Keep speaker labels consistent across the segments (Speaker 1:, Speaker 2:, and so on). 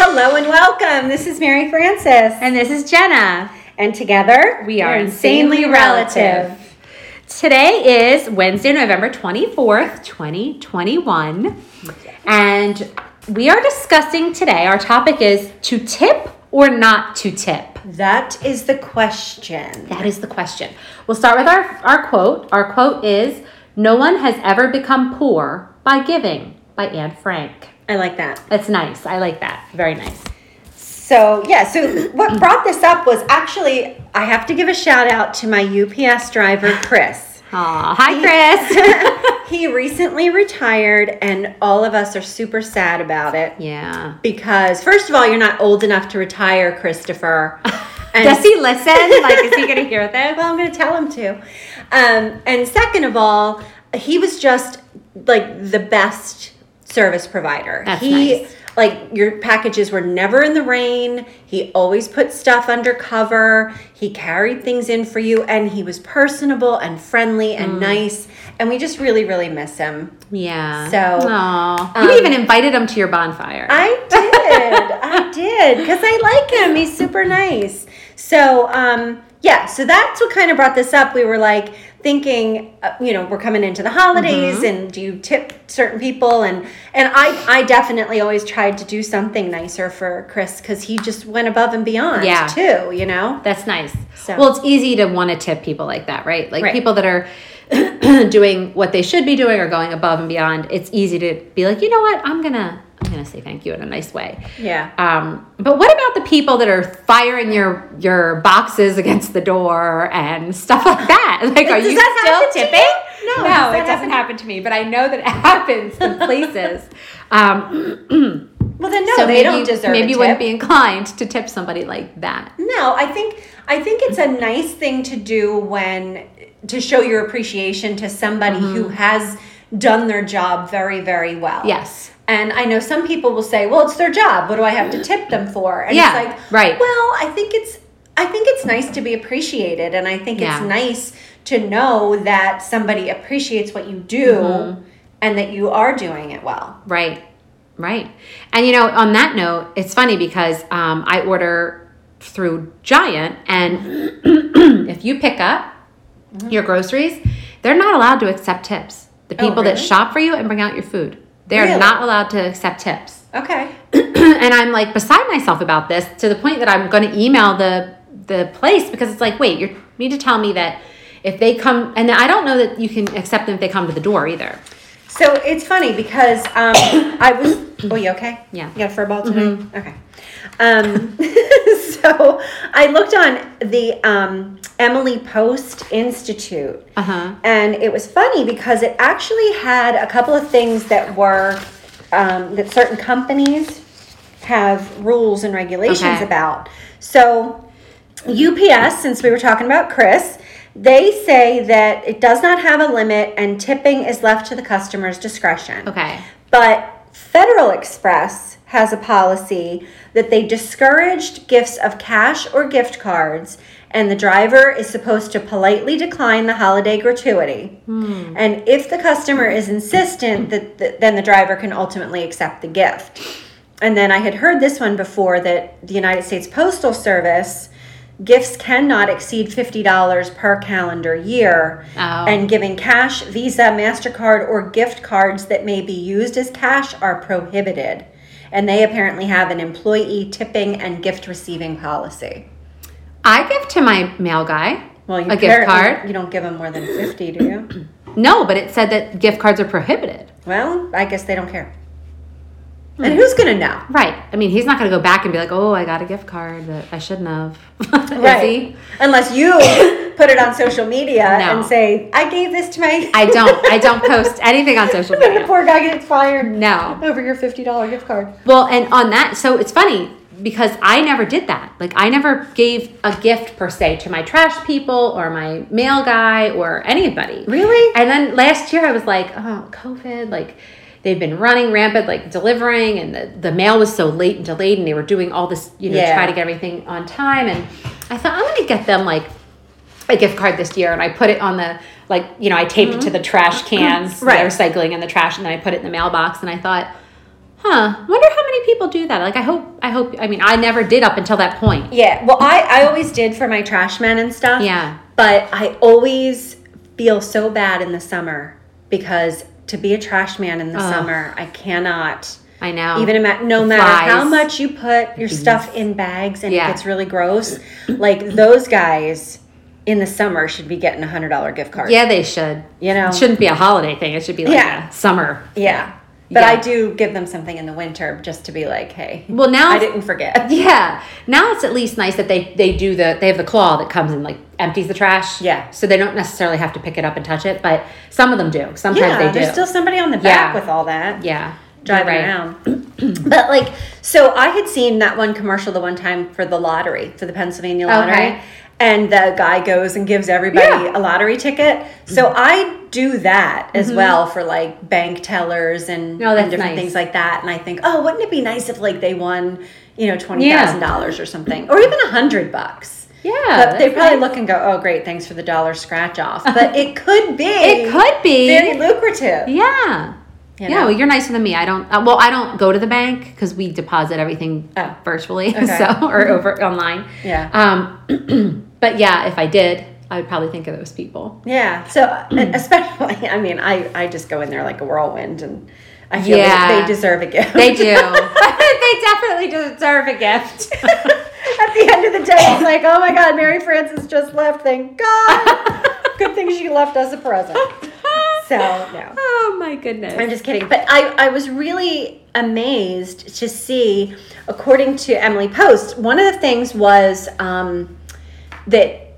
Speaker 1: Hello and welcome. This is Mary Frances.
Speaker 2: And this is Jenna.
Speaker 1: And together,
Speaker 2: We are Insanely Relative. Today is Wednesday, November 24th, 2021. And we are discussing today, our topic is to tip or not to tip.
Speaker 1: That is the question.
Speaker 2: That is the question. We'll start with our, our quote. Our quote is No one has ever become poor by giving, by Anne Frank.
Speaker 1: I like that.
Speaker 2: That's nice. I like that. Very nice.
Speaker 1: So, yeah, so what brought this up was actually, I have to give a shout out to my UPS driver, Chris.
Speaker 2: Aw, hi, Chris.
Speaker 1: he recently retired, and all of us are super sad about it.
Speaker 2: yeah.
Speaker 1: Because, first of all, you're not old enough to retire, Christopher. And
Speaker 2: Does he listen? Like, is he going to hear this?
Speaker 1: Well, I'm going to tell him to. Um, and second of all, he was just like the best service provider.
Speaker 2: That's
Speaker 1: he
Speaker 2: nice.
Speaker 1: like your packages were never in the rain. He always put stuff under cover. He carried things in for you and he was personable and friendly and
Speaker 2: Mm.
Speaker 1: nice. And we just really really miss him.
Speaker 2: Yeah.
Speaker 1: So,
Speaker 2: Aw.
Speaker 1: um,
Speaker 2: you even invited him to your bonfire.
Speaker 1: I did. I did because I like him. He's super nice. So, um, yeah, so that's what kind of brought this up. We were like thinking, uh, you know, we're coming into the holidays,
Speaker 2: Mm-hmm.
Speaker 1: and do you tip certain people? And and I I definitely always tried to do something nicer for Chris because he just went above and beyond,
Speaker 2: Yeah.
Speaker 1: too. You know,
Speaker 2: That's nice.
Speaker 1: So-
Speaker 2: Well, it's easy to want to tip people like that, right? Like
Speaker 1: Right.
Speaker 2: people that are doing what they should be doing or going above and beyond. It's easy to be like, you know what? I'm gonna I'm gonna say thank you in a nice way.
Speaker 1: yeah.
Speaker 2: Um, but what about the people that are firing your your boxes against the door and stuff like that? Like, are
Speaker 1: Does
Speaker 2: you
Speaker 1: that happen
Speaker 2: still
Speaker 1: to you? No,
Speaker 2: tipping? No,
Speaker 1: does that
Speaker 2: it doesn't happen to me. But I know that it happens in places. Um,
Speaker 1: Well, then no,
Speaker 2: so
Speaker 1: they
Speaker 2: maybe,
Speaker 1: don't deserve.
Speaker 2: maybe
Speaker 1: a
Speaker 2: you
Speaker 1: tip.
Speaker 2: wouldn't be inclined to tip somebody like that.
Speaker 1: No, I think I think it's a nice thing to do when to show your appreciation to somebody who has done their job very very well.
Speaker 2: Mm-hmm. Yes.
Speaker 1: And I know some people will say, "Well, it's their job. What do I have to tip them for?" And
Speaker 2: Yeah,
Speaker 1: it's like,
Speaker 2: right.
Speaker 1: Well, I think it's I think it's nice to be appreciated and I think
Speaker 2: Yeah.
Speaker 1: it's nice to know that somebody appreciates what you do
Speaker 2: Mm-hmm.
Speaker 1: and that you are doing it well.
Speaker 2: Right, right. And you know, on that note, it's funny because um, I order through Giant, and if you pick up your groceries, they're not allowed to accept tips. The
Speaker 1: Mm-hmm. Oh,
Speaker 2: people that
Speaker 1: really?
Speaker 2: shop for you and bring out your food, they're
Speaker 1: Really?
Speaker 2: not allowed to accept tips.
Speaker 1: Okay.
Speaker 2: and I'm like beside myself about this to the point that I'm going to email the the place because it's like, wait, you need to tell me that if they come, and I don't know that you can accept them if they come to the door either.
Speaker 1: So it's funny because um, I was. Oh, you okay?
Speaker 2: Yeah.
Speaker 1: You got a fur ball today? Okay. Um, so I looked on the um, Emily Post Institute,
Speaker 2: Uh huh.
Speaker 1: and it was funny because it actually had a couple of things that were um, that certain companies have rules and regulations
Speaker 2: Okay.
Speaker 1: about. So UPS, since we were talking about Chris, they say that it does not have a limit and tipping is left to the customer's discretion.
Speaker 2: Okay.
Speaker 1: But Federal Express has a policy that they discouraged gifts of cash or gift cards, and the driver is supposed to politely decline the holiday gratuity. And if the customer is insistent, that that- then the driver can ultimately accept the gift. And then I had heard this one before that the United States Postal Service gifts cannot exceed $50 per calendar year
Speaker 2: Oh.
Speaker 1: and giving cash, Visa, MasterCard, or gift cards that may be used as cash are prohibited. And they apparently have an employee tipping and gift receiving policy.
Speaker 2: I give to my mail guy
Speaker 1: Well, you
Speaker 2: a gift
Speaker 1: apparently-
Speaker 2: card.
Speaker 1: You don't give them more than 50, do you?
Speaker 2: No, but it said that gift cards are prohibited.
Speaker 1: Well, I guess they don't care.
Speaker 2: Hmm.
Speaker 1: And who's going to know?
Speaker 2: Right. I mean, he's not going to go back and be like, "Oh, I got a gift card that I shouldn't have." Is he?
Speaker 1: Unless you put it on social media
Speaker 2: No.
Speaker 1: and say, I gave this to my.
Speaker 2: I don't. I don't post anything on social
Speaker 1: then the
Speaker 2: media.
Speaker 1: poor guy gets fired
Speaker 2: No.
Speaker 1: over your $50 gift card.
Speaker 2: Well, and on that, so it's funny because I never did that. Like, I never gave a gift per se to my trash people or my mail guy or anybody.
Speaker 1: Really?
Speaker 2: And then last year I was like, oh, COVID, like they've been running rampant, like delivering, and the, the mail was so late and delayed, and they were doing all this, you know,
Speaker 1: Yeah.
Speaker 2: try to get everything on time. And I thought, I'm going to get them like a gift card this year. And I put it on the, like, you know, I taped it to the trash cans, that
Speaker 1: Mm-hmm. Right.
Speaker 2: I was recycling in the trash, and then I put it in the mailbox. And I thought, Huh. Wonder how many people do that. Like I hope I hope I mean I never did up until that point.
Speaker 1: Yeah. Well, I, I always did for my trash men and stuff.
Speaker 2: Yeah.
Speaker 1: But I always feel so bad in the summer because to be a trash man in the
Speaker 2: Ugh.
Speaker 1: summer, I cannot.
Speaker 2: I know.
Speaker 1: Even ima- no
Speaker 2: The
Speaker 1: matter how
Speaker 2: flies.
Speaker 1: much you put your stuff in bags and
Speaker 2: Yeah.
Speaker 1: it gets really gross, like those guys in the summer should be getting a hundred dollar gift card.
Speaker 2: Yeah, they should.
Speaker 1: You know?
Speaker 2: It shouldn't be a holiday thing. It should be like
Speaker 1: Yeah.
Speaker 2: a summer.
Speaker 1: Yeah. But
Speaker 2: Yeah.
Speaker 1: I do give them something in the winter just to be like, hey,
Speaker 2: Well now
Speaker 1: I
Speaker 2: it's-
Speaker 1: didn't forget.
Speaker 2: Yeah. Now it's at least nice that they they do the they have the claw that comes and like empties the trash.
Speaker 1: Yeah.
Speaker 2: So they don't necessarily have to pick it up and touch it, but some of them do. Sometimes
Speaker 1: Yeah,
Speaker 2: they
Speaker 1: there's
Speaker 2: do.
Speaker 1: still somebody on the
Speaker 2: Yeah.
Speaker 1: back with all that.
Speaker 2: yeah.
Speaker 1: Driving
Speaker 2: You're right.
Speaker 1: around. but like, so I had seen that one commercial the one time for the lottery, for the Pennsylvania lottery.
Speaker 2: Okay.
Speaker 1: And the guy goes and gives everybody
Speaker 2: Yeah. Mm-hmm.
Speaker 1: a lottery ticket. So I do that as well for like bank tellers and,
Speaker 2: No, that's
Speaker 1: and different
Speaker 2: nice.
Speaker 1: things like that. And I think, oh, wouldn't it be nice if like they won, you know, twenty
Speaker 2: Yeah.
Speaker 1: thousand dollars or something, or even a hundred bucks.
Speaker 2: Yeah.
Speaker 1: But they
Speaker 2: that's
Speaker 1: probably
Speaker 2: nice.
Speaker 1: look and go, oh, great, thanks for the dollar scratch off. But it could be.
Speaker 2: It could be.
Speaker 1: Very lucrative.
Speaker 2: Yeah.
Speaker 1: You
Speaker 2: Yeah,
Speaker 1: know?
Speaker 2: well, you're nicer than me. I don't. Uh, well, I don't go to the bank because we deposit everything
Speaker 1: Oh.
Speaker 2: virtually,
Speaker 1: Okay. Mm-hmm.
Speaker 2: so or over online.
Speaker 1: Yeah.
Speaker 2: Um, but yeah, if I did, I would probably think of those people.
Speaker 1: Yeah. So uh, especially, I mean, I, I just go in there like a whirlwind, and I feel
Speaker 2: Yeah.
Speaker 1: they, they deserve a gift.
Speaker 2: They do. they definitely deserve a gift.
Speaker 1: At the end of the day, it's like, oh my God, Mary Frances just left. Thank God. Good thing she left us a present. So no.
Speaker 2: Oh my goodness.
Speaker 1: I'm just kidding. But I, I was really amazed to see, according to Emily Post, one of the things was um, that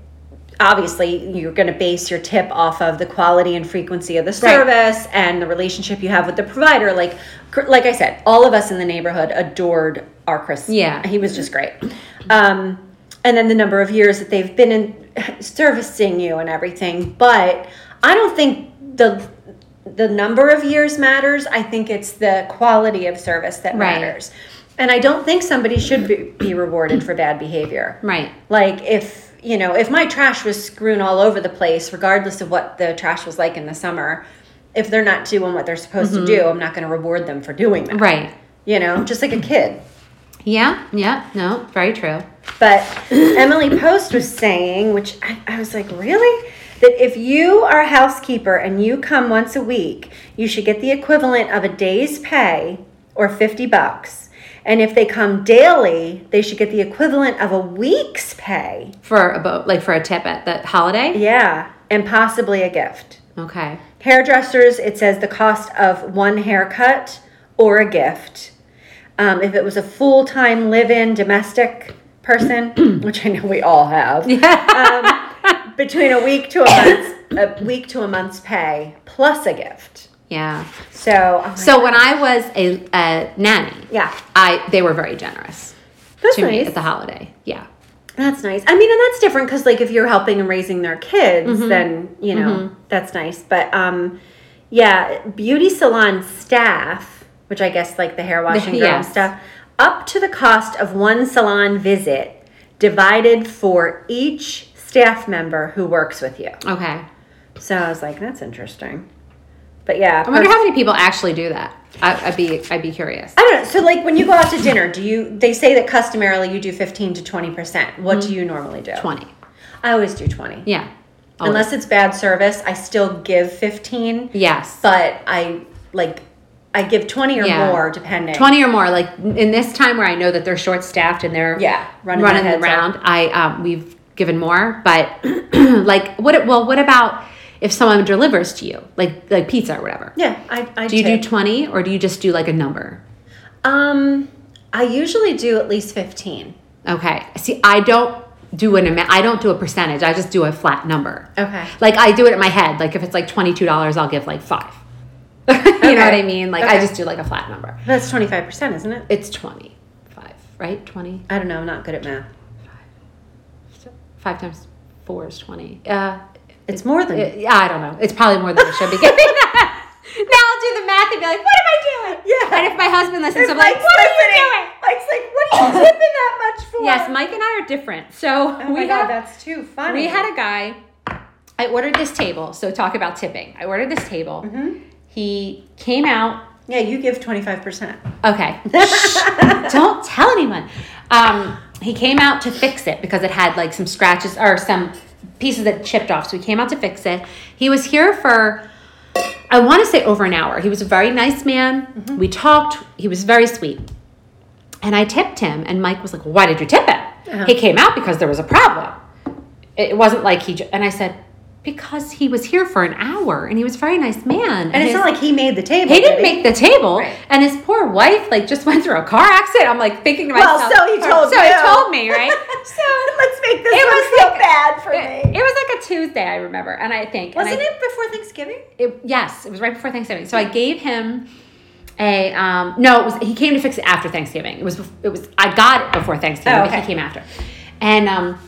Speaker 1: obviously you're going to base your tip off of the quality and frequency of the
Speaker 2: Right.
Speaker 1: service and the relationship you have with the provider. Like, cr- like I said, all of us in the neighborhood adored our Chris.
Speaker 2: Yeah.
Speaker 1: He was just great. Um, and then the number of years that they've been in servicing you and everything. But I don't think the the number of years matters. I think it's the quality of service that
Speaker 2: Right.
Speaker 1: matters. And I don't think somebody should be, be rewarded for bad behavior.
Speaker 2: right.
Speaker 1: Like if you know, if my trash was screwing all over the place, regardless of what the trash was like in the summer, if they're not doing what they're supposed to do, I'm not going to reward them for doing that.
Speaker 2: Mm-hmm. Right.
Speaker 1: You know, just like a kid.
Speaker 2: Yeah. Yeah. No. Very true.
Speaker 1: But Emily Post was saying, which I, I was like, really? That if you are a housekeeper and you come once a week, you should get the equivalent of a day's pay or 50 bucks. And if they come daily, they should get the equivalent of a week's pay.
Speaker 2: For a boat, like for a tip at the holiday.
Speaker 1: Yeah, and possibly a gift.
Speaker 2: Okay.
Speaker 1: Hairdressers, it says the cost of one haircut or a gift. Um, if it was a full time live in domestic person, which I know we all have, um, between a week to a month, a week to a month's pay plus a gift.
Speaker 2: Yeah.
Speaker 1: So, I'm like,
Speaker 2: So when I was a, a nanny,
Speaker 1: yeah,
Speaker 2: I they were very generous
Speaker 1: that's
Speaker 2: to me
Speaker 1: nice.
Speaker 2: at the holiday. Yeah.
Speaker 1: That's nice. I mean, and that's different because, like, if you're helping and raising their kids,
Speaker 2: Mm-hmm.
Speaker 1: then you know that's nice. But um, yeah, beauty salon staff, which I guess like the hair washing girl and
Speaker 2: Yes.
Speaker 1: stuff, up to the cost of one salon visit, divided for each staff member who works with you.
Speaker 2: Okay.
Speaker 1: So I was like, that's interesting. But yeah,
Speaker 2: I wonder how many people actually do that. I, I'd be I'd be curious.
Speaker 1: I don't know. So like when you go out to dinner, do you? They say that customarily you do fifteen to twenty percent. What do you normally do?
Speaker 2: Mm-hmm. Twenty.
Speaker 1: I always do twenty.
Speaker 2: Yeah. Always.
Speaker 1: Unless it's bad service, I still give 15,
Speaker 2: yes.
Speaker 1: but I like I give 20 or
Speaker 2: Yeah.
Speaker 1: more depending.
Speaker 2: Twenty or more, like in this time where I know that they're short staffed and they're
Speaker 1: Yeah,
Speaker 2: running,
Speaker 1: running their heads
Speaker 2: around. I um, we've given more, but like what? Well, what about if someone delivers to you, like like pizza or whatever?
Speaker 1: Yeah, I, I
Speaker 2: Do you
Speaker 1: tip.
Speaker 2: do twenty or do you just do like a number?
Speaker 1: um I usually do at least 15.
Speaker 2: Okay. See, I don't do an amount. I don't do a percentage. I just do a flat number.
Speaker 1: Okay.
Speaker 2: Like I do it in my head. Like if it's like twenty two dollars, I'll give like five. you know what I mean? Like I
Speaker 1: Okay.
Speaker 2: just do like a flat number.
Speaker 1: That's 25%, isn't it?
Speaker 2: It's twenty five, right? Twenty
Speaker 1: I don't know, I'm not good at math.
Speaker 2: five times four is twenty. Uh,
Speaker 1: It's more than
Speaker 2: it- yeah, I don't know. It's probably more than I should be giving. now I'll do the math and be like, what am I doing?
Speaker 1: Yeah.
Speaker 2: And if my husband listens,
Speaker 1: It's
Speaker 2: I'm like, what are you doing?
Speaker 1: Mike's like, what are you tipping that much for?
Speaker 2: Yes, Mike and I are different. So
Speaker 1: Oh my
Speaker 2: we
Speaker 1: god,
Speaker 2: got
Speaker 1: that's too funny.
Speaker 2: We had a guy.
Speaker 1: Mm-hmm.
Speaker 2: I ordered this table. So talk about tipping. I ordered this table. He came out
Speaker 1: Yeah, you give 25%.
Speaker 2: Okay. Shh, don't tell anyone. Um, he came out to fix it because it had like some scratches or some pieces that chipped off. So he came out to fix it. He was here for, I want to say over an hour. He was a very nice man.
Speaker 1: Mm-hmm.
Speaker 2: We talked. He was very sweet. And I tipped him, and Mike was like, Why did you tip him?
Speaker 1: Uh-huh.
Speaker 2: He came out because there was a problem. It wasn't like he, j- and I said, Because he was here for an hour and he was a very nice man.
Speaker 1: And it's
Speaker 2: his-
Speaker 1: not like he made the table.
Speaker 2: he didn't
Speaker 1: did
Speaker 2: make the table,
Speaker 1: Right.
Speaker 2: and his poor wife like just went through a car accident. I'm like thinking to
Speaker 1: Well,
Speaker 2: myself.
Speaker 1: so he told
Speaker 2: So he
Speaker 1: you.
Speaker 2: told me, right?
Speaker 1: So let's make this
Speaker 2: It
Speaker 1: one
Speaker 2: was
Speaker 1: feel
Speaker 2: like-
Speaker 1: bad for
Speaker 2: it,
Speaker 1: me.
Speaker 2: it was like a Tuesday, I remember, and I think and
Speaker 1: Wasn't
Speaker 2: I-
Speaker 1: it before Thanksgiving?
Speaker 2: it- Yes, it was right before Thanksgiving. So I gave him a um, no. It was he came to fix it after Thanksgiving. It was bef- it was I got it before Thanksgiving,
Speaker 1: Oh,
Speaker 2: but
Speaker 1: okay.
Speaker 2: he came after, and um,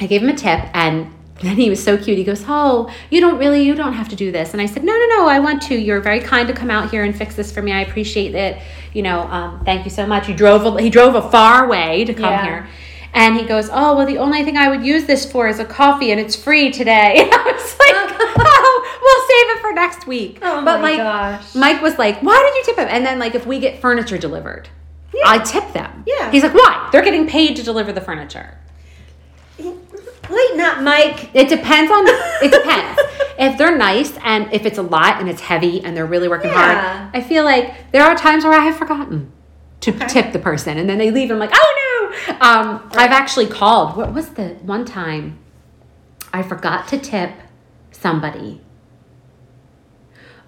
Speaker 2: I gave him a tip and. Then he was so cute. He goes, "Oh, you don't really, you don't have to do this." And I said, "No, no, no. I want to. You're very kind to come out here and fix this for me. I appreciate it. You know, um, thank you so much. You drove. A, he drove a far way to come
Speaker 1: Yeah.
Speaker 2: here." And he goes, "Oh, well, the only thing I would use this for is a coffee, and it's free today." And I was like, "Oh, we'll save it for next week."
Speaker 1: Oh
Speaker 2: but
Speaker 1: my
Speaker 2: like,
Speaker 1: gosh.
Speaker 2: Mike was like, "Why did you tip him?" And then like, if we get furniture delivered, I tip them.
Speaker 1: Yeah.
Speaker 2: He's like, "Why? They're getting paid to deliver the furniture."
Speaker 1: Wait, not Mike.
Speaker 2: It depends on. It depends. if they're nice and if it's a lot and it's heavy and they're really working
Speaker 1: Yeah.
Speaker 2: hard, I feel like there are times where I have forgotten to tip the person and then they leave. And I'm like, oh no. Um, I've actually called. What was the one time I forgot to tip somebody?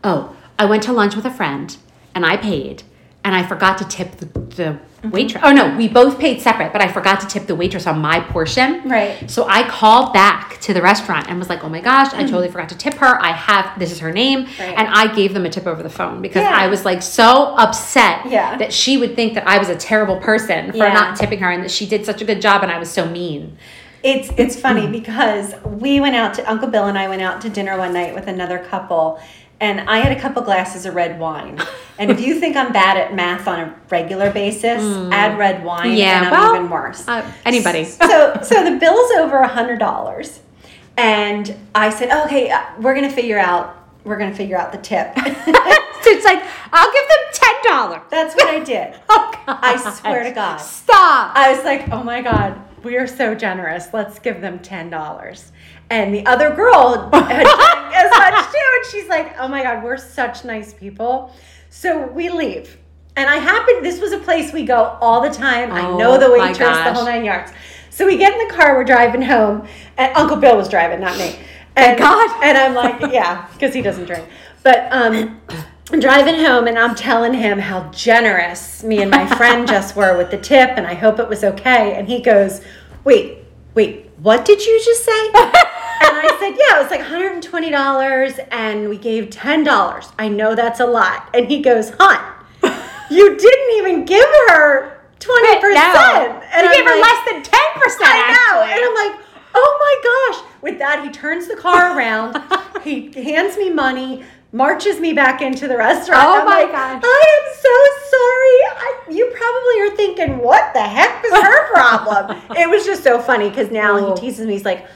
Speaker 2: Oh, I went to lunch with a friend and I paid and I forgot to tip the, the
Speaker 1: Mm-hmm.
Speaker 2: waitress. Oh no, we both paid separate, but I forgot to tip the waitress on my portion.
Speaker 1: Right.
Speaker 2: So I called back to the restaurant and was like, "Oh my gosh, I totally forgot to tip her. I have this is her name."
Speaker 1: Hmm. Right.
Speaker 2: And I gave them a tip over the phone because
Speaker 1: Yeah.
Speaker 2: I was like so upset
Speaker 1: Yeah.
Speaker 2: that she would think that I was a terrible person for
Speaker 1: Yeah.
Speaker 2: not tipping her and that she did such a good job and I was so mean.
Speaker 1: It's it's
Speaker 2: Mm.
Speaker 1: funny because we went out to Uncle Bill and I went out to dinner one night with another couple and I had a couple glasses of red wine. And if you think I'm bad at math on a regular basis, add red wine
Speaker 2: Mm.
Speaker 1: and
Speaker 2: Yeah,
Speaker 1: I'm
Speaker 2: well,
Speaker 1: even worse.
Speaker 2: Uh, anybody?
Speaker 1: so so the bill's over a hundred dollars and I said, Okay, uh, we're gonna figure out we're gonna figure out the tip.
Speaker 2: it's like I'll give them ten dollars.
Speaker 1: That's what I did.
Speaker 2: Oh God!
Speaker 1: I swear to God.
Speaker 2: Stop.
Speaker 1: I was like, oh my God, we are so generous. Let's give them $10. And the other girl had drank as much too. And she's like, oh my God, we're such nice people. So we leave. And I happened, this was a place we go all the time. I
Speaker 2: Oh
Speaker 1: know the
Speaker 2: my
Speaker 1: waitress, the
Speaker 2: gosh.
Speaker 1: whole nine yards. So we get in the car, we're driving home. And Uncle Bill was driving, not me. And,
Speaker 2: Thank God.
Speaker 1: And I'm like, yeah, because he doesn't drink. But um, I'm driving home and I'm telling him how generous me and my friend just were with the tip and I hope it was okay. And he goes, wait, wait, what did you just say? and I said, yeah, it was like $120 and we gave $10. I know that's a lot. And he goes, huh, you didn't even give her 20%.
Speaker 2: No.
Speaker 1: And
Speaker 2: you
Speaker 1: I'm
Speaker 2: gave her
Speaker 1: like,
Speaker 2: less than ten percent.
Speaker 1: I know. And I'm like, oh my gosh. With that, he turns the car around. he hands me money, marches me back into the restaurant.
Speaker 2: Oh
Speaker 1: I'm
Speaker 2: my
Speaker 1: like,
Speaker 2: gosh.
Speaker 1: I am so sorry. I, you probably are thinking, what the heck is her problem? it was just so funny because now
Speaker 2: Ooh.
Speaker 1: he teases me. He's like,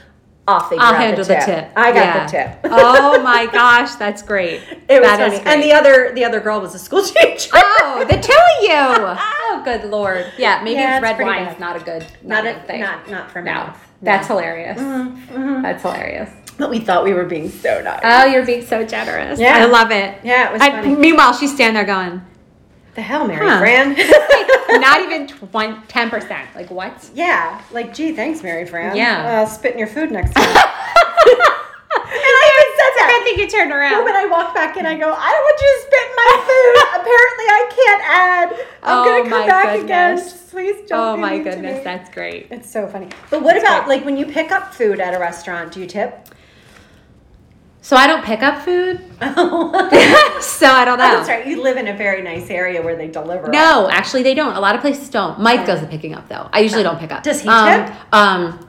Speaker 1: I'll figure
Speaker 2: I'll
Speaker 1: out
Speaker 2: handle
Speaker 1: the, tip. I got
Speaker 2: Yeah.
Speaker 1: the tip.
Speaker 2: oh my gosh, that's great.
Speaker 1: It was
Speaker 2: That is
Speaker 1: funny. And the
Speaker 2: great.
Speaker 1: other the other girl was a school teacher.
Speaker 2: oh, the two of you. Oh, good lord. Yeah, maybe
Speaker 1: Yeah,
Speaker 2: it's
Speaker 1: it's
Speaker 2: red
Speaker 1: pretty
Speaker 2: wine.
Speaker 1: bad.
Speaker 2: It's not a good,
Speaker 1: Not
Speaker 2: not, a good
Speaker 1: a,
Speaker 2: thing.
Speaker 1: not Mm-hmm, not for
Speaker 2: no,
Speaker 1: now.
Speaker 2: that's hilarious. That's hilarious.
Speaker 1: But we thought we were being so nice.
Speaker 2: Oh, you're being so generous.
Speaker 1: Yeah.
Speaker 2: I love it.
Speaker 1: yeah, it was
Speaker 2: I,
Speaker 1: funny.
Speaker 2: meanwhile, she's standing there going,
Speaker 1: The hell, Mary
Speaker 2: Huh.
Speaker 1: Fran.
Speaker 2: like, not even 20, 10%. Like, what?
Speaker 1: Yeah, like gee, thanks, Mary Fran.
Speaker 2: Yeah.
Speaker 1: uh, spit in your food next time. and I
Speaker 2: I
Speaker 1: even said that.
Speaker 2: think you turned
Speaker 1: But
Speaker 2: around.
Speaker 1: when I walk back in, I go, I don't want you to spit in my food. Apparently, I can't add. I'm
Speaker 2: Oh,
Speaker 1: gonna
Speaker 2: my
Speaker 1: come back
Speaker 2: goodness.
Speaker 1: again. Please don't.
Speaker 2: oh,
Speaker 1: be
Speaker 2: my
Speaker 1: mean to
Speaker 2: goodness.
Speaker 1: me.
Speaker 2: That's great.
Speaker 1: it's so funny. But what about
Speaker 2: great.
Speaker 1: like when you pick up food at a restaurant? Do you tip?
Speaker 2: So I don't pick up food.
Speaker 1: oh,
Speaker 2: so I don't know.
Speaker 1: that's right. You live in a very nice area where they deliver.
Speaker 2: No, actually, they don't. A lot of places don't. Mike does the picking up, though. I usually don't pick up.
Speaker 1: Does he Oh.
Speaker 2: Um,
Speaker 1: tip?
Speaker 2: um,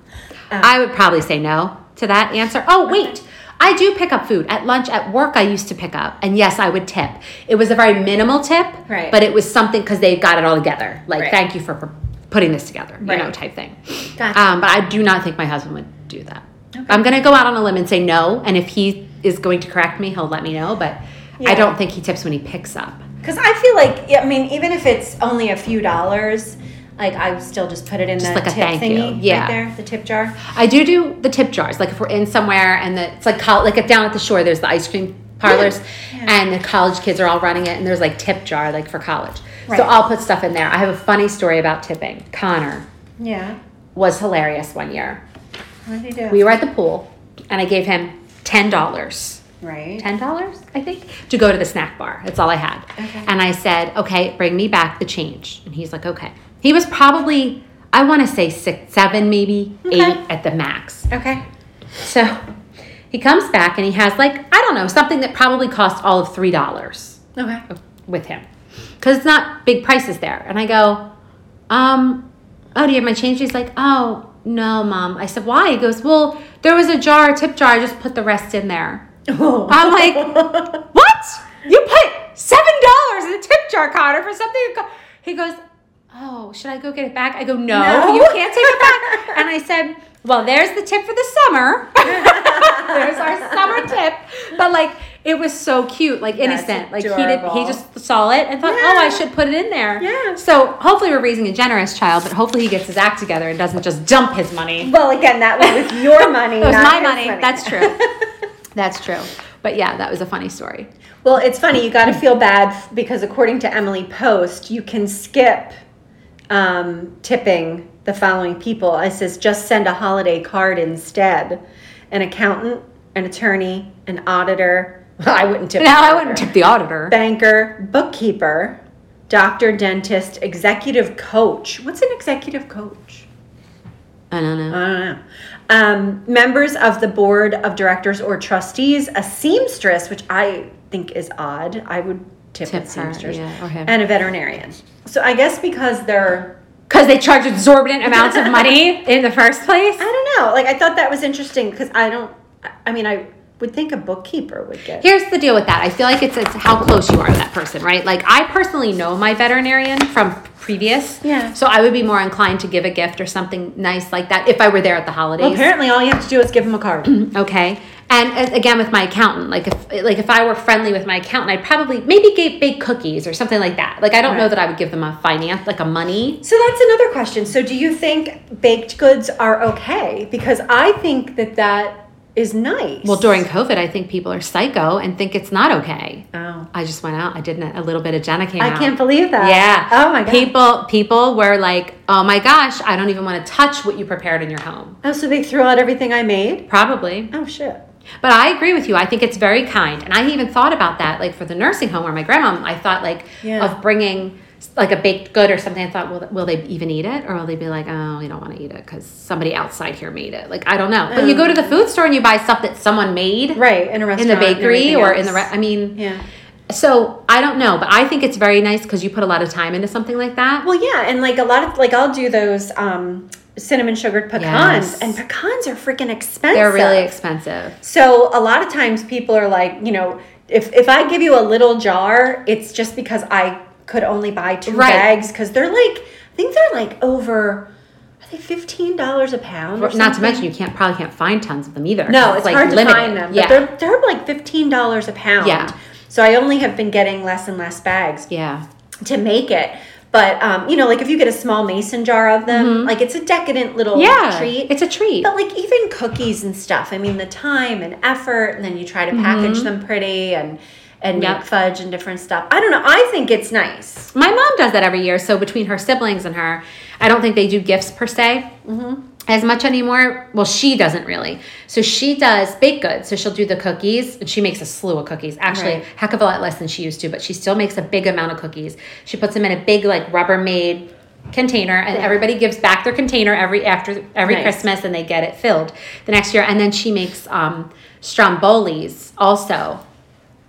Speaker 2: I would probably say no to that answer. Oh, wait. I do pick up food. At lunch at work, I used to pick up. And yes, I would tip. It was a very minimal tip,
Speaker 1: Right.
Speaker 2: but it was something because they got it all together. Like,
Speaker 1: Right.
Speaker 2: thank you for pr- putting this together, you know,
Speaker 1: Right.
Speaker 2: type thing.
Speaker 1: Gotcha.
Speaker 2: Um, but I do not think my husband would do that. I'm going to go out on a limb and say no. And if he is going to correct me, he'll let me know. But
Speaker 1: Yeah.
Speaker 2: I don't think he tips when he picks up.
Speaker 1: Because I feel like, yeah, I mean, even if it's only a few dollars, like I still just put it in
Speaker 2: Just
Speaker 1: the
Speaker 2: like a
Speaker 1: tip
Speaker 2: thank you.
Speaker 1: thingy
Speaker 2: Yeah.
Speaker 1: right there, the tip jar.
Speaker 2: I do do the tip jars. Like if we're in somewhere and the, it's like col- like down at the shore, there's the ice cream parlors, and the college kids are all running it, and there's like tip jar like for college.
Speaker 1: Right.
Speaker 2: So I'll put stuff in there. I have a funny story about tipping. Connor
Speaker 1: Yeah.
Speaker 2: was hilarious one year.
Speaker 1: What do you do?
Speaker 2: We were at the pool, and I gave him ten dollars.
Speaker 1: right.
Speaker 2: ten dollars, I think, to go to the snack bar. That's all I had.
Speaker 1: Okay.
Speaker 2: And I said, "Okay, bring me back the change." And he's like, "Okay." He was probably, I want to say six, seven, maybe
Speaker 1: Okay.
Speaker 2: eight at the max.
Speaker 1: Okay.
Speaker 2: So he comes back and he has like I don't know something that probably cost all of three dollars
Speaker 1: Okay.
Speaker 2: with him because it's not big prices there. And I go, um, oh, do you have my change? He's like, oh, no, mom. I said, why? He goes, well, there was a jar, a tip jar. I just put the rest in there.
Speaker 1: Oh.
Speaker 2: I'm like, what? You put seven dollars in a tip jar, Connor, for something? that co-" He goes, oh, should I go get it back? I go, no,
Speaker 1: No.
Speaker 2: you can't take it back. And I said, well, there's the tip for the summer. there's our summer tip. But like, it was so cute, like
Speaker 1: That's
Speaker 2: innocent. Like he did, he
Speaker 1: adorable.
Speaker 2: just saw it and thought, oh,
Speaker 1: Yeah.
Speaker 2: I should put it in there.
Speaker 1: Yeah.
Speaker 2: So hopefully we're raising a generous child, but hopefully he gets his act together and doesn't just dump his money.
Speaker 1: Well, again, that was with your money.
Speaker 2: It was
Speaker 1: not
Speaker 2: my
Speaker 1: his
Speaker 2: money. That's true. That's true. But yeah, that was a funny story.
Speaker 1: well, it's funny. You got to feel bad f- because according to Emily Post, you can skip um, tipping the following people. It says just send a holiday card instead. An accountant, an attorney, an auditor. Well, I wouldn't tip.
Speaker 2: Now
Speaker 1: an
Speaker 2: I wouldn't
Speaker 1: auditor.
Speaker 2: tip the auditor.
Speaker 1: Banker, bookkeeper, doctor, dentist, executive coach. What's an executive coach?
Speaker 2: I don't know.
Speaker 1: I don't know. Uh, Um, members of the board of directors or trustees, a seamstress, which I think is odd. I would tip,
Speaker 2: Tip
Speaker 1: a
Speaker 2: her,
Speaker 1: seamstress,
Speaker 2: yeah, or him.
Speaker 1: and a veterinarian. So I guess because they're,
Speaker 2: Because they charge exorbitant amounts of money in the first place.
Speaker 1: I don't know. Like I thought that was interesting because I don't. I- I mean, I would think a bookkeeper would get.
Speaker 2: Here's the deal with that. I feel like it's, it's how close you are to that person, right? Like I personally know my veterinarian from previous.
Speaker 1: Yeah.
Speaker 2: So I would be more inclined to give a gift or something nice like that if I were there at the
Speaker 1: Well,
Speaker 2: holidays.
Speaker 1: apparently, all you have to do is give them a card.
Speaker 2: okay. And a- again with my accountant, like if like if I were friendly with my accountant, I'd probably maybe give bake cookies or something like that. Like I don't know
Speaker 1: Right.
Speaker 2: that I would give them a finance like a money.
Speaker 1: So that's another question. So do you think baked goods are okay? Because I think that that is nice.
Speaker 2: Well, during COVID, I think people are psycho and think it's not okay.
Speaker 1: Oh.
Speaker 2: I just went out. I did a little bit of Jenna came
Speaker 1: I
Speaker 2: out.
Speaker 1: can't believe that.
Speaker 2: Yeah.
Speaker 1: Oh my god.
Speaker 2: People people were like, "Oh my gosh, I don't even want to touch what you prepared in your home."
Speaker 1: Oh, so they threw out everything I made?
Speaker 2: Probably.
Speaker 1: Oh shit.
Speaker 2: But I agree with you. I think it's very kind. And I even thought about that like for the nursing home or my grandma, I thought like
Speaker 1: Yeah.
Speaker 2: of bringing like a baked good or something. I thought, "Will will they even eat it or will they be like, "Oh, we don't want to eat it cuz somebody outside here made it." Like, I don't know. But you go to the food store and you buy stuff that someone made
Speaker 1: Um, Right, in a
Speaker 2: in
Speaker 1: restaurant.
Speaker 2: the
Speaker 1: and
Speaker 2: bakery
Speaker 1: everything
Speaker 2: or in
Speaker 1: else.
Speaker 2: the re- I mean,
Speaker 1: Yeah.
Speaker 2: So I don't know, but I think it's very nice because you put a lot of time into something like that.
Speaker 1: Well, yeah, and like a lot of like I'll do those um cinnamon sugared pecans
Speaker 2: Yes.
Speaker 1: and pecans are freaking expensive.
Speaker 2: They're really expensive.
Speaker 1: So a lot of times people are like, you know, if if I give you a little jar, it's just because I could only buy two
Speaker 2: Right.
Speaker 1: bags cuz they're like I think they're like over are they $15 a pound or
Speaker 2: Not to
Speaker 1: something?
Speaker 2: mention you can't probably can't find tons of them either.
Speaker 1: No, it's hard to find them.
Speaker 2: Yeah,
Speaker 1: But they're they're like fifteen dollars a pound.
Speaker 2: Yeah.
Speaker 1: So I only have been getting less and less bags
Speaker 2: yeah,
Speaker 1: to make it. But um, you know, like if you get a small mason jar of them, like it's a decadent little
Speaker 2: Mm-hmm. yeah.
Speaker 1: treat.
Speaker 2: It's a treat.
Speaker 1: but like even cookies and stuff. I mean, the time and effort, and then you try to package them pretty and and
Speaker 2: Mm-hmm. Yep.
Speaker 1: make fudge and different stuff. I don't know. I think it's nice.
Speaker 2: My mom does that every year. So between her siblings and her, I don't think they do gifts per se
Speaker 1: Mm-hmm.
Speaker 2: as much anymore. Well, she doesn't really. So she does baked goods. So she'll do the cookies and she makes a slew of cookies. Actually,
Speaker 1: Right.
Speaker 2: heck of a lot less than she used to, but she still makes a big amount of cookies. She puts them in a big like Rubbermaid container and everybody gives back their container every after every
Speaker 1: Nice.
Speaker 2: Christmas and they get it filled the next year. And then she makes um strombolis also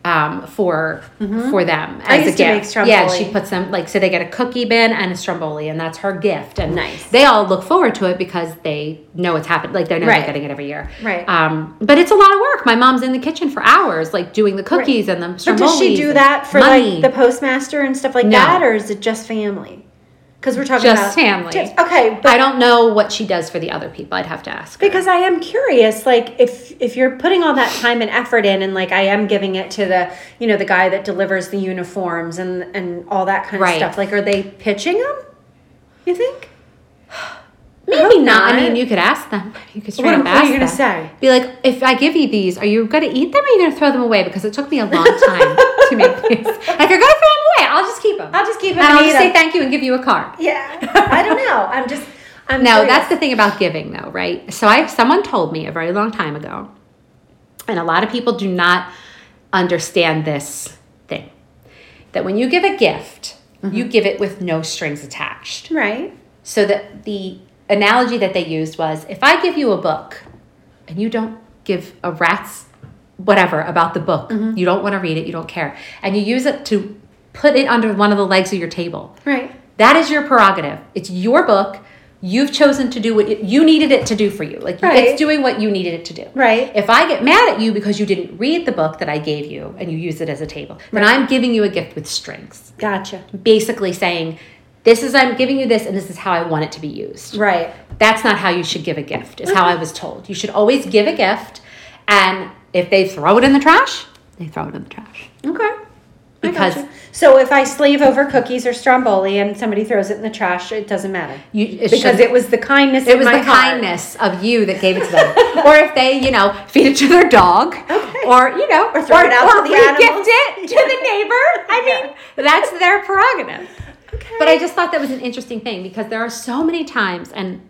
Speaker 2: um, for for them as
Speaker 1: Mm-hmm. used
Speaker 2: a
Speaker 1: to make
Speaker 2: gift. yeah,
Speaker 1: stromboli.
Speaker 2: she puts them like so they get a cookie bin and a stromboli, and that's her gift. And
Speaker 1: Nice.
Speaker 2: They all look forward to it because they know it's happened. Like they know
Speaker 1: Right.
Speaker 2: they're getting it every year.
Speaker 1: Right.
Speaker 2: Um, but it's a lot of work. My mom's in the kitchen for hours, like doing the cookies and the
Speaker 1: But
Speaker 2: strombolis.
Speaker 1: does she do
Speaker 2: and
Speaker 1: that for
Speaker 2: money.
Speaker 1: like the postmaster and stuff like
Speaker 2: No.
Speaker 1: that, or is it just family? Because we're talking
Speaker 2: Just
Speaker 1: about
Speaker 2: Hamley.
Speaker 1: tips. Okay, but
Speaker 2: I don't know what she does for the other people. I'd have to ask. her.
Speaker 1: because I am curious, like if if you're putting all that time and effort in, and like I am giving it to the you know the guy that delivers the uniforms and and all that kind
Speaker 2: Right.
Speaker 1: of stuff. Like, are they pitching them? You think?
Speaker 2: Maybe not. I
Speaker 1: not.
Speaker 2: mean, you could ask them. You could straight
Speaker 1: What
Speaker 2: up
Speaker 1: am- what are
Speaker 2: ask
Speaker 1: you gonna
Speaker 2: them.
Speaker 1: say?
Speaker 2: Be like, if I give you these, are you gonna eat them or are you gonna throw them away? Because it took me a long time to make these. If you're gonna throw them away, I'll just keep them.
Speaker 1: I'll just keep 'em
Speaker 2: And
Speaker 1: and
Speaker 2: I'll
Speaker 1: eat
Speaker 2: just say
Speaker 1: 'em.
Speaker 2: thank you and give you a card.
Speaker 1: Yeah, I don't know. I'm just. I'm
Speaker 2: No,
Speaker 1: curious.
Speaker 2: that's the thing about giving, though, right? So I someone told me a very long time ago, and a lot of people do not understand this thing that when you give a gift,
Speaker 1: Mm-hmm.
Speaker 2: you give it with no strings attached.
Speaker 1: right.
Speaker 2: So that the analogy that they used was if I give you a book and you don't give a rat's whatever about the book,
Speaker 1: Mm-hmm.
Speaker 2: you don't want to read it, you don't care, and you use it to put it under one of the legs of your table.
Speaker 1: Right.
Speaker 2: That is your prerogative. It's your book. You've chosen to do what it, you needed it to do for you. Like
Speaker 1: Right.
Speaker 2: it's doing what you needed it to do.
Speaker 1: Right.
Speaker 2: If I get mad at you because you didn't read the book that I gave you and you use it as a table, then I'm giving you a gift with strings.
Speaker 1: Gotcha.
Speaker 2: Basically saying, this is I'm giving you this and this is how I want it to be used.
Speaker 1: Right.
Speaker 2: That's not how you should give a gift. Is how I was told. You should always give a gift and if they throw it in the trash, they throw it in the trash.
Speaker 1: Okay. I
Speaker 2: Because-
Speaker 1: gotcha. so if I slave over cookies or stromboli and somebody throws it in the trash, it doesn't matter
Speaker 2: You, it
Speaker 1: because
Speaker 2: shouldn't-
Speaker 1: it was the kindness.
Speaker 2: It
Speaker 1: in
Speaker 2: was
Speaker 1: my
Speaker 2: the
Speaker 1: heart.
Speaker 2: kindness of you that gave it to them. or if they, you know, feed it to their dog. Or, you know, or,
Speaker 1: throw it out
Speaker 2: or
Speaker 1: to the
Speaker 2: re-gift
Speaker 1: animals.
Speaker 2: it to the neighbor. I mean, that's their prerogative.
Speaker 1: Okay.
Speaker 2: But I just thought that was an interesting thing because there are so many times and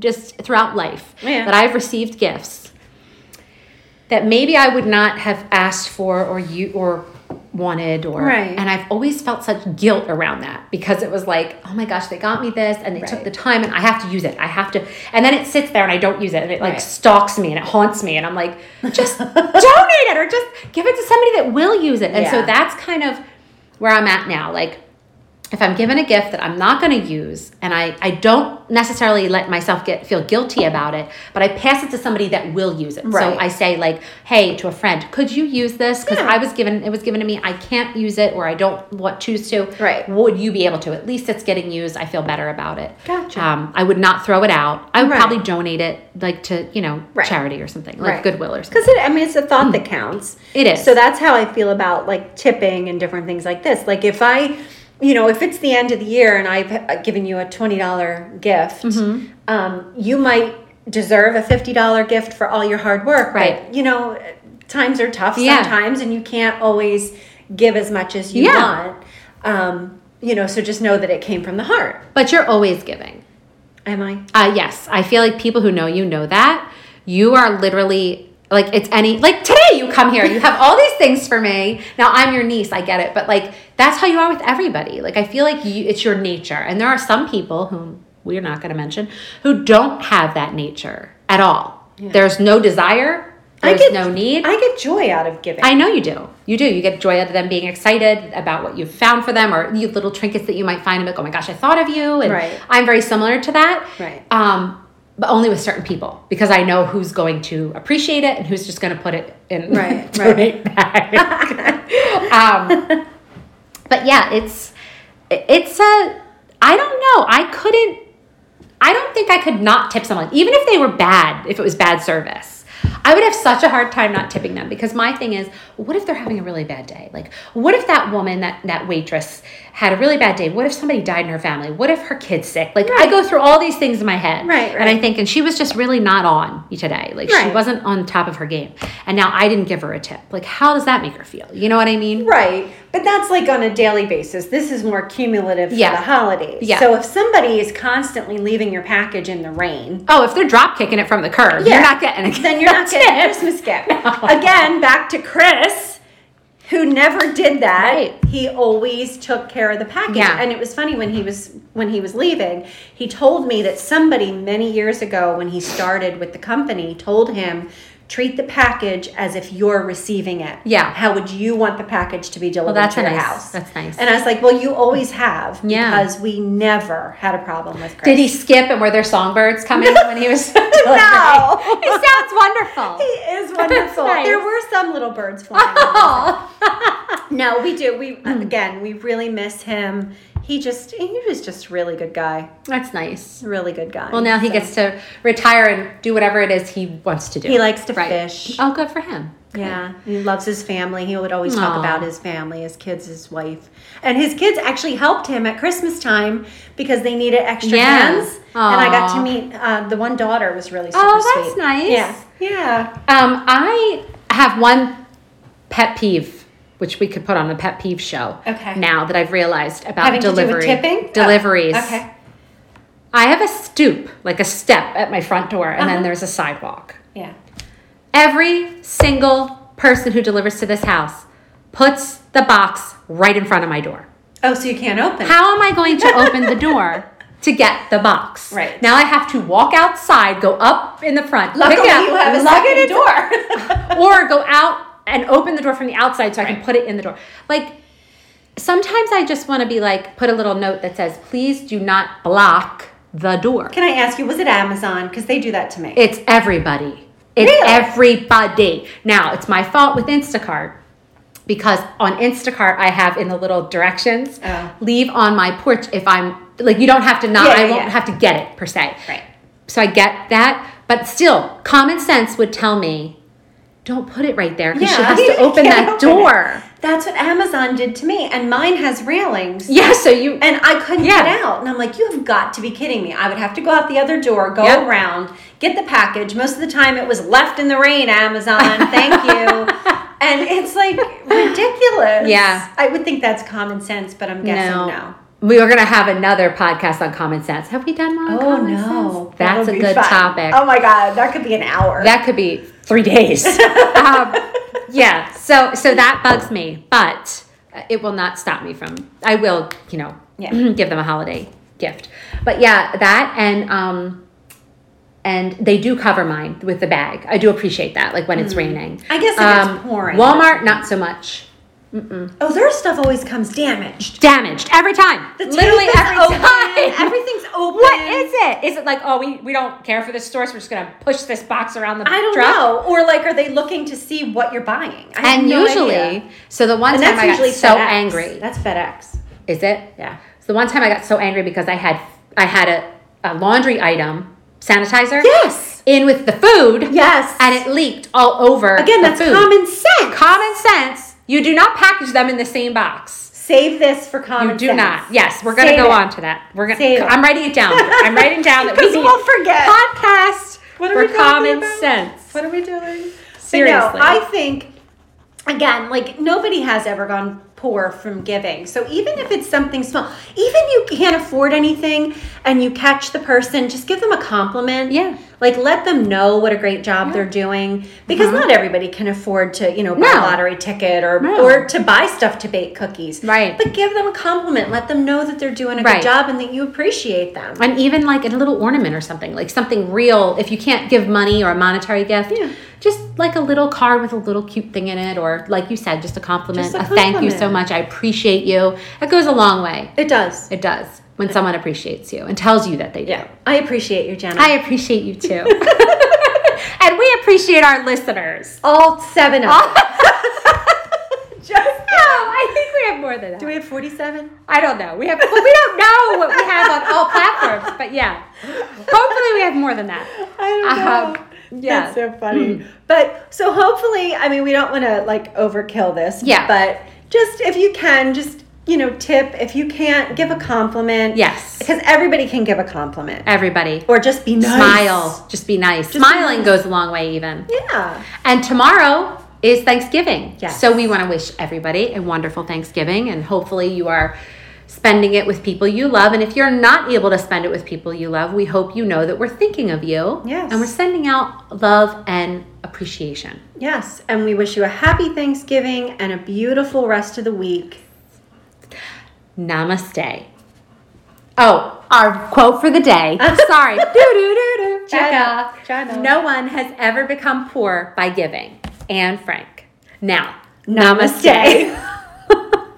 Speaker 2: just throughout life
Speaker 1: Yeah.
Speaker 2: that I've received gifts that maybe I would not have asked for or you or wanted or
Speaker 1: Right.
Speaker 2: and I've always felt such guilt around that because it was like, oh my gosh, they got me this and they took
Speaker 1: Right.
Speaker 2: the time and I have to use it. I have to and then it sits there and I don't use it and it like
Speaker 1: Right.
Speaker 2: stalks me and it haunts me and I'm like, just donate it or just give it to somebody that will use it. And so
Speaker 1: Yeah.
Speaker 2: that's kind of where I'm at now. Like if I'm given a gift that I'm not going to use and I, I don't necessarily let myself get feel guilty about it, but I pass it to somebody that will use it.
Speaker 1: Right.
Speaker 2: So I say like, "Hey, to a friend, could you use this cuz
Speaker 1: Yeah.
Speaker 2: I was given it was given to me. I can't use it or I don't want choose to.
Speaker 1: Right.
Speaker 2: Would you be able to? At least it's getting used. I feel better about it."
Speaker 1: Gotcha.
Speaker 2: Um, I would not throw it out. I would
Speaker 1: Right.
Speaker 2: probably donate it like to, you know,
Speaker 1: Right.
Speaker 2: charity or something, like
Speaker 1: Right.
Speaker 2: Goodwill or something.
Speaker 1: Because it, I mean, it's a thought that counts.
Speaker 2: It is.
Speaker 1: So that's how I feel about like tipping and different things like this. Like if I, you know, if it's the end of the year and I've uh, given you a twenty dollar gift,
Speaker 2: Mm-hmm.
Speaker 1: um, you might deserve a fifty dollar gift for all your hard work. but,
Speaker 2: Right.
Speaker 1: you know, times are tough
Speaker 2: Yeah.
Speaker 1: sometimes, and you can't always give as much as you
Speaker 2: Yeah.
Speaker 1: want. Um, you know, so just know that it came from the heart.
Speaker 2: But you're always giving.
Speaker 1: Am I?
Speaker 2: Uh, yes, I feel like people who know you know that you are literally like it's any like today you come here you have all these things for me now i'm your niece i get it but like that's how you are with everybody like i feel like you it's your nature and there are some people whom we're not going to mention who don't have that nature at all there's no desire
Speaker 1: I
Speaker 2: there's
Speaker 1: get-
Speaker 2: no need
Speaker 1: I get joy out of giving.
Speaker 2: I know you do. You do. You get joy out of them being excited about what you've found for them, or you little trinkets that you might find. And be like, oh my gosh, I thought of you, and
Speaker 1: Right.
Speaker 2: I'm very similar to that.
Speaker 1: Right.
Speaker 2: Um, but only with certain people because I know who's going to appreciate it and who's just going to put it in
Speaker 1: Right,
Speaker 2: donate back. um, but yeah, it's it's a I don't know. I couldn't I don't think I could not tip someone, even if they were bad, if it was bad service. I would have such a hard time not tipping them because my thing is, what if they're having a really bad day? Like, what if that woman, that that waitress, had a really bad day? What if somebody died in her family? What if her kid's sick? Like, I go through all these things in my head,
Speaker 1: Right,
Speaker 2: And I
Speaker 1: right.
Speaker 2: think, and she was just really not on today. Like, she
Speaker 1: Right.
Speaker 2: wasn't on top of her game, and now I didn't give her a tip. Like, how does that make her feel? You know what I mean?
Speaker 1: Right. But that's like on a daily basis. This is more cumulative
Speaker 2: Yeah.
Speaker 1: for the holidays.
Speaker 2: Yeah.
Speaker 1: So if somebody is constantly leaving your package in the rain,
Speaker 2: Oh, if they're drop kicking it from the curb,
Speaker 1: Yeah.
Speaker 2: you're not getting a
Speaker 1: then you're not getting a
Speaker 2: tip.
Speaker 1: Christmas gift. Again, back to Chris, who never did that.
Speaker 2: Right.
Speaker 1: He always took care of the package.
Speaker 2: Yeah.
Speaker 1: And it was funny when he was when he was leaving, he told me that somebody many years ago when he started with the company told him Treat the package as if you're receiving it.
Speaker 2: Yeah.
Speaker 1: How would you want the package to be delivered
Speaker 2: that's
Speaker 1: to your
Speaker 2: nice.
Speaker 1: house?
Speaker 2: That's nice.
Speaker 1: And I was like, well, you always have.
Speaker 2: Yeah.
Speaker 1: Because we never had a problem with Chris.
Speaker 2: Did he skip and were there songbirds coming when he was?
Speaker 1: No.
Speaker 2: It sounds
Speaker 1: He
Speaker 2: wonderful.
Speaker 1: is wonderful.
Speaker 2: nice.
Speaker 1: There were some little birds flying. around.
Speaker 2: Oh. Hmm.
Speaker 1: No, we do. We again, we really miss him. He just he was just really good guy.
Speaker 2: That's nice.
Speaker 1: Really good guy.
Speaker 2: Well, now he
Speaker 1: So-
Speaker 2: gets to retire and do whatever it is he wants to do.
Speaker 1: He likes to
Speaker 2: Right.
Speaker 1: fish.
Speaker 2: Oh, good for him. Good.
Speaker 1: Yeah, he loves his family. He would always talk
Speaker 2: Aw.
Speaker 1: about his family, his kids, his wife. And his kids actually helped him at Christmas time because they needed extra
Speaker 2: Yeah.
Speaker 1: hands. And I got
Speaker 2: Aw.
Speaker 1: to meet uh, the one daughter was really super
Speaker 2: Oh, that's
Speaker 1: sweet.
Speaker 2: nice.
Speaker 1: Yeah. Yeah.
Speaker 2: Um, I have one pet peeve, which we could put on the pet peeve show.
Speaker 1: Okay.
Speaker 2: Now that I've realized about
Speaker 1: Having to do with
Speaker 2: delivery
Speaker 1: tipping? Oh,
Speaker 2: deliveries.
Speaker 1: okay.
Speaker 2: I have a stoop, like a step, at my front door, and
Speaker 1: Uh-huh.
Speaker 2: then there's a sidewalk.
Speaker 1: Yeah.
Speaker 2: Every single person who delivers to this house puts the box right in front of my door.
Speaker 1: Oh, so you can't open. it.
Speaker 2: How am I going to open the door to get the box?
Speaker 1: Right.
Speaker 2: Now I have to walk outside, go up in the front,
Speaker 1: Luckily,
Speaker 2: pick it up,
Speaker 1: you have a
Speaker 2: lug it
Speaker 1: second door.
Speaker 2: into- or go out and open the door from the outside so I can
Speaker 1: Right.
Speaker 2: put it in the door. Like sometimes I just want to be like put a little note that says, "Please do not block the door."
Speaker 1: Can I ask you, was it Amazon? Because they do that to me.
Speaker 2: It's everybody. It's
Speaker 1: Really?
Speaker 2: everybody. Now, it's my fault with Instacart because on Instacart I have in the little directions
Speaker 1: Oh.
Speaker 2: leave on my porch if I'm like you don't have to not
Speaker 1: Yeah,
Speaker 2: I
Speaker 1: yeah,
Speaker 2: won't
Speaker 1: yeah.
Speaker 2: have to get it per se.
Speaker 1: Right.
Speaker 2: So I get that, but still common sense would tell me don't put it right there because she has
Speaker 1: you
Speaker 2: to open
Speaker 1: can't
Speaker 2: that
Speaker 1: open it.
Speaker 2: door.
Speaker 1: That's what Amazon did to me, and mine has railings.
Speaker 2: Yeah, so you
Speaker 1: And I couldn't
Speaker 2: Yeah.
Speaker 1: get out. And I'm like, you have got to be kidding me. I would have to go out the other door, go
Speaker 2: Yep.
Speaker 1: around, get the package. Most of the time it was left in the rain, Amazon. Thank you. And it's like ridiculous.
Speaker 2: Yeah.
Speaker 1: I would think that's common sense, but I'm guessing no.
Speaker 2: We are going to have another podcast on common sense. Have we done one on
Speaker 1: Oh,
Speaker 2: common
Speaker 1: no.
Speaker 2: sense? That's
Speaker 1: That'll
Speaker 2: a
Speaker 1: be
Speaker 2: good
Speaker 1: fun.
Speaker 2: topic.
Speaker 1: Oh my God. That could be an hour.
Speaker 2: That could be three days. um, yeah. So so that bugs me, but it will not stop me from. I will, you know,
Speaker 1: Yeah.
Speaker 2: give them a holiday gift. But yeah, that and um, and they do cover mine with the bag. I do appreciate that, like when it's raining.
Speaker 1: Mm-hmm.
Speaker 2: Um,
Speaker 1: I guess if it's pouring.
Speaker 2: Walmart, not so much.
Speaker 1: oh, their stuff always comes damaged.
Speaker 2: Damaged every time.
Speaker 1: The
Speaker 2: Literally
Speaker 1: tape is
Speaker 2: every
Speaker 1: open,
Speaker 2: time.
Speaker 1: Everything's open.
Speaker 2: what is it? Is it like, oh, we, we don't care for this store, so we're just gonna push this box around the
Speaker 1: I don't
Speaker 2: truck?
Speaker 1: know. Or like, are they looking to see what you're buying? I have
Speaker 2: and
Speaker 1: no
Speaker 2: usually,
Speaker 1: idea.
Speaker 2: so the one
Speaker 1: and
Speaker 2: time
Speaker 1: that's
Speaker 2: I got
Speaker 1: usually
Speaker 2: so
Speaker 1: FedEx.
Speaker 2: angry,
Speaker 1: That's FedEx.
Speaker 2: is it?
Speaker 1: Yeah.
Speaker 2: So the one time I got so angry because I had I had a, a laundry item sanitizer
Speaker 1: Yes.
Speaker 2: in with the food,
Speaker 1: Yes.
Speaker 2: and it leaked all over.
Speaker 1: Again,
Speaker 2: the
Speaker 1: that's
Speaker 2: food.
Speaker 1: common sense.
Speaker 2: Common sense. You do not package them in the same box.
Speaker 1: Save this for common
Speaker 2: You do
Speaker 1: sense.
Speaker 2: not. Yes, we're gonna
Speaker 1: Save
Speaker 2: go
Speaker 1: it.
Speaker 2: on to that. We're gonna.
Speaker 1: Save it.
Speaker 2: I'm writing it down. I'm writing down that we
Speaker 1: Because
Speaker 2: need
Speaker 1: we'll forget.
Speaker 2: podcast
Speaker 1: What are we
Speaker 2: for
Speaker 1: talking
Speaker 2: common
Speaker 1: about?
Speaker 2: sense.
Speaker 1: What are we doing?
Speaker 2: Seriously.
Speaker 1: But no, I think again, like nobody has ever gone poor from giving. So even if it's something small, even you can't afford anything and you catch the person, just give them a compliment.
Speaker 2: Yeah.
Speaker 1: Like let them know what a great job they're doing because not everybody can afford to, you know, buy
Speaker 2: Uh-huh. No.
Speaker 1: a lottery ticket or
Speaker 2: No.
Speaker 1: or to buy stuff to bake cookies.
Speaker 2: Right.
Speaker 1: But give them a compliment. Let them know that they're doing a
Speaker 2: Right.
Speaker 1: good job and that you appreciate them.
Speaker 2: and even like a little ornament or something like something real if you can't give money or a monetary gift
Speaker 1: Yeah.
Speaker 2: just like a little card with a little cute thing in it or like you said just a compliment
Speaker 1: Just a
Speaker 2: thank you
Speaker 1: compliment.
Speaker 2: so much i appreciate you that goes a long way
Speaker 1: It does.
Speaker 2: it does when someone appreciates you and tells you that they do
Speaker 1: Yeah. I appreciate you, Jenna.
Speaker 2: i appreciate you too and we appreciate our listeners
Speaker 1: All seven of them.
Speaker 2: just no i think we have more than that
Speaker 1: Do we have 47?
Speaker 2: I don't know. We have we don't know what we have on all platforms, but yeah. Hopefully we have more than that.
Speaker 1: I don't
Speaker 2: Uh-huh. Yeah. Hmm.
Speaker 1: That's so funny. But so hopefully, I mean, we don't want to like overkill this.
Speaker 2: Yeah.
Speaker 1: But just if you can, just, you know, tip. If you can't, give a compliment.
Speaker 2: Yes.
Speaker 1: Because everybody can give a compliment
Speaker 2: Everybody.
Speaker 1: or just be nice.
Speaker 2: Smile. Just be nice. Smiling goes a long way, even.
Speaker 1: Yeah.
Speaker 2: And tomorrow is Thanksgiving.
Speaker 1: Yes.
Speaker 2: So we want to wish everybody a wonderful Thanksgiving, and hopefully you are spending it with people you love. And if you're not able to spend it with people you love, we hope you know that we're thinking of you.
Speaker 1: Yes.
Speaker 2: And we're sending out love and appreciation.
Speaker 1: Yes. And we wish you a happy Thanksgiving and a beautiful rest of the week.
Speaker 2: Namaste. Oh, our quote for the day. Sorry. do do do do.
Speaker 1: Jenna,
Speaker 2: Becca.
Speaker 1: Jenna.
Speaker 2: No one has ever become poor by giving. Anne Frank. Now,
Speaker 1: Namaste.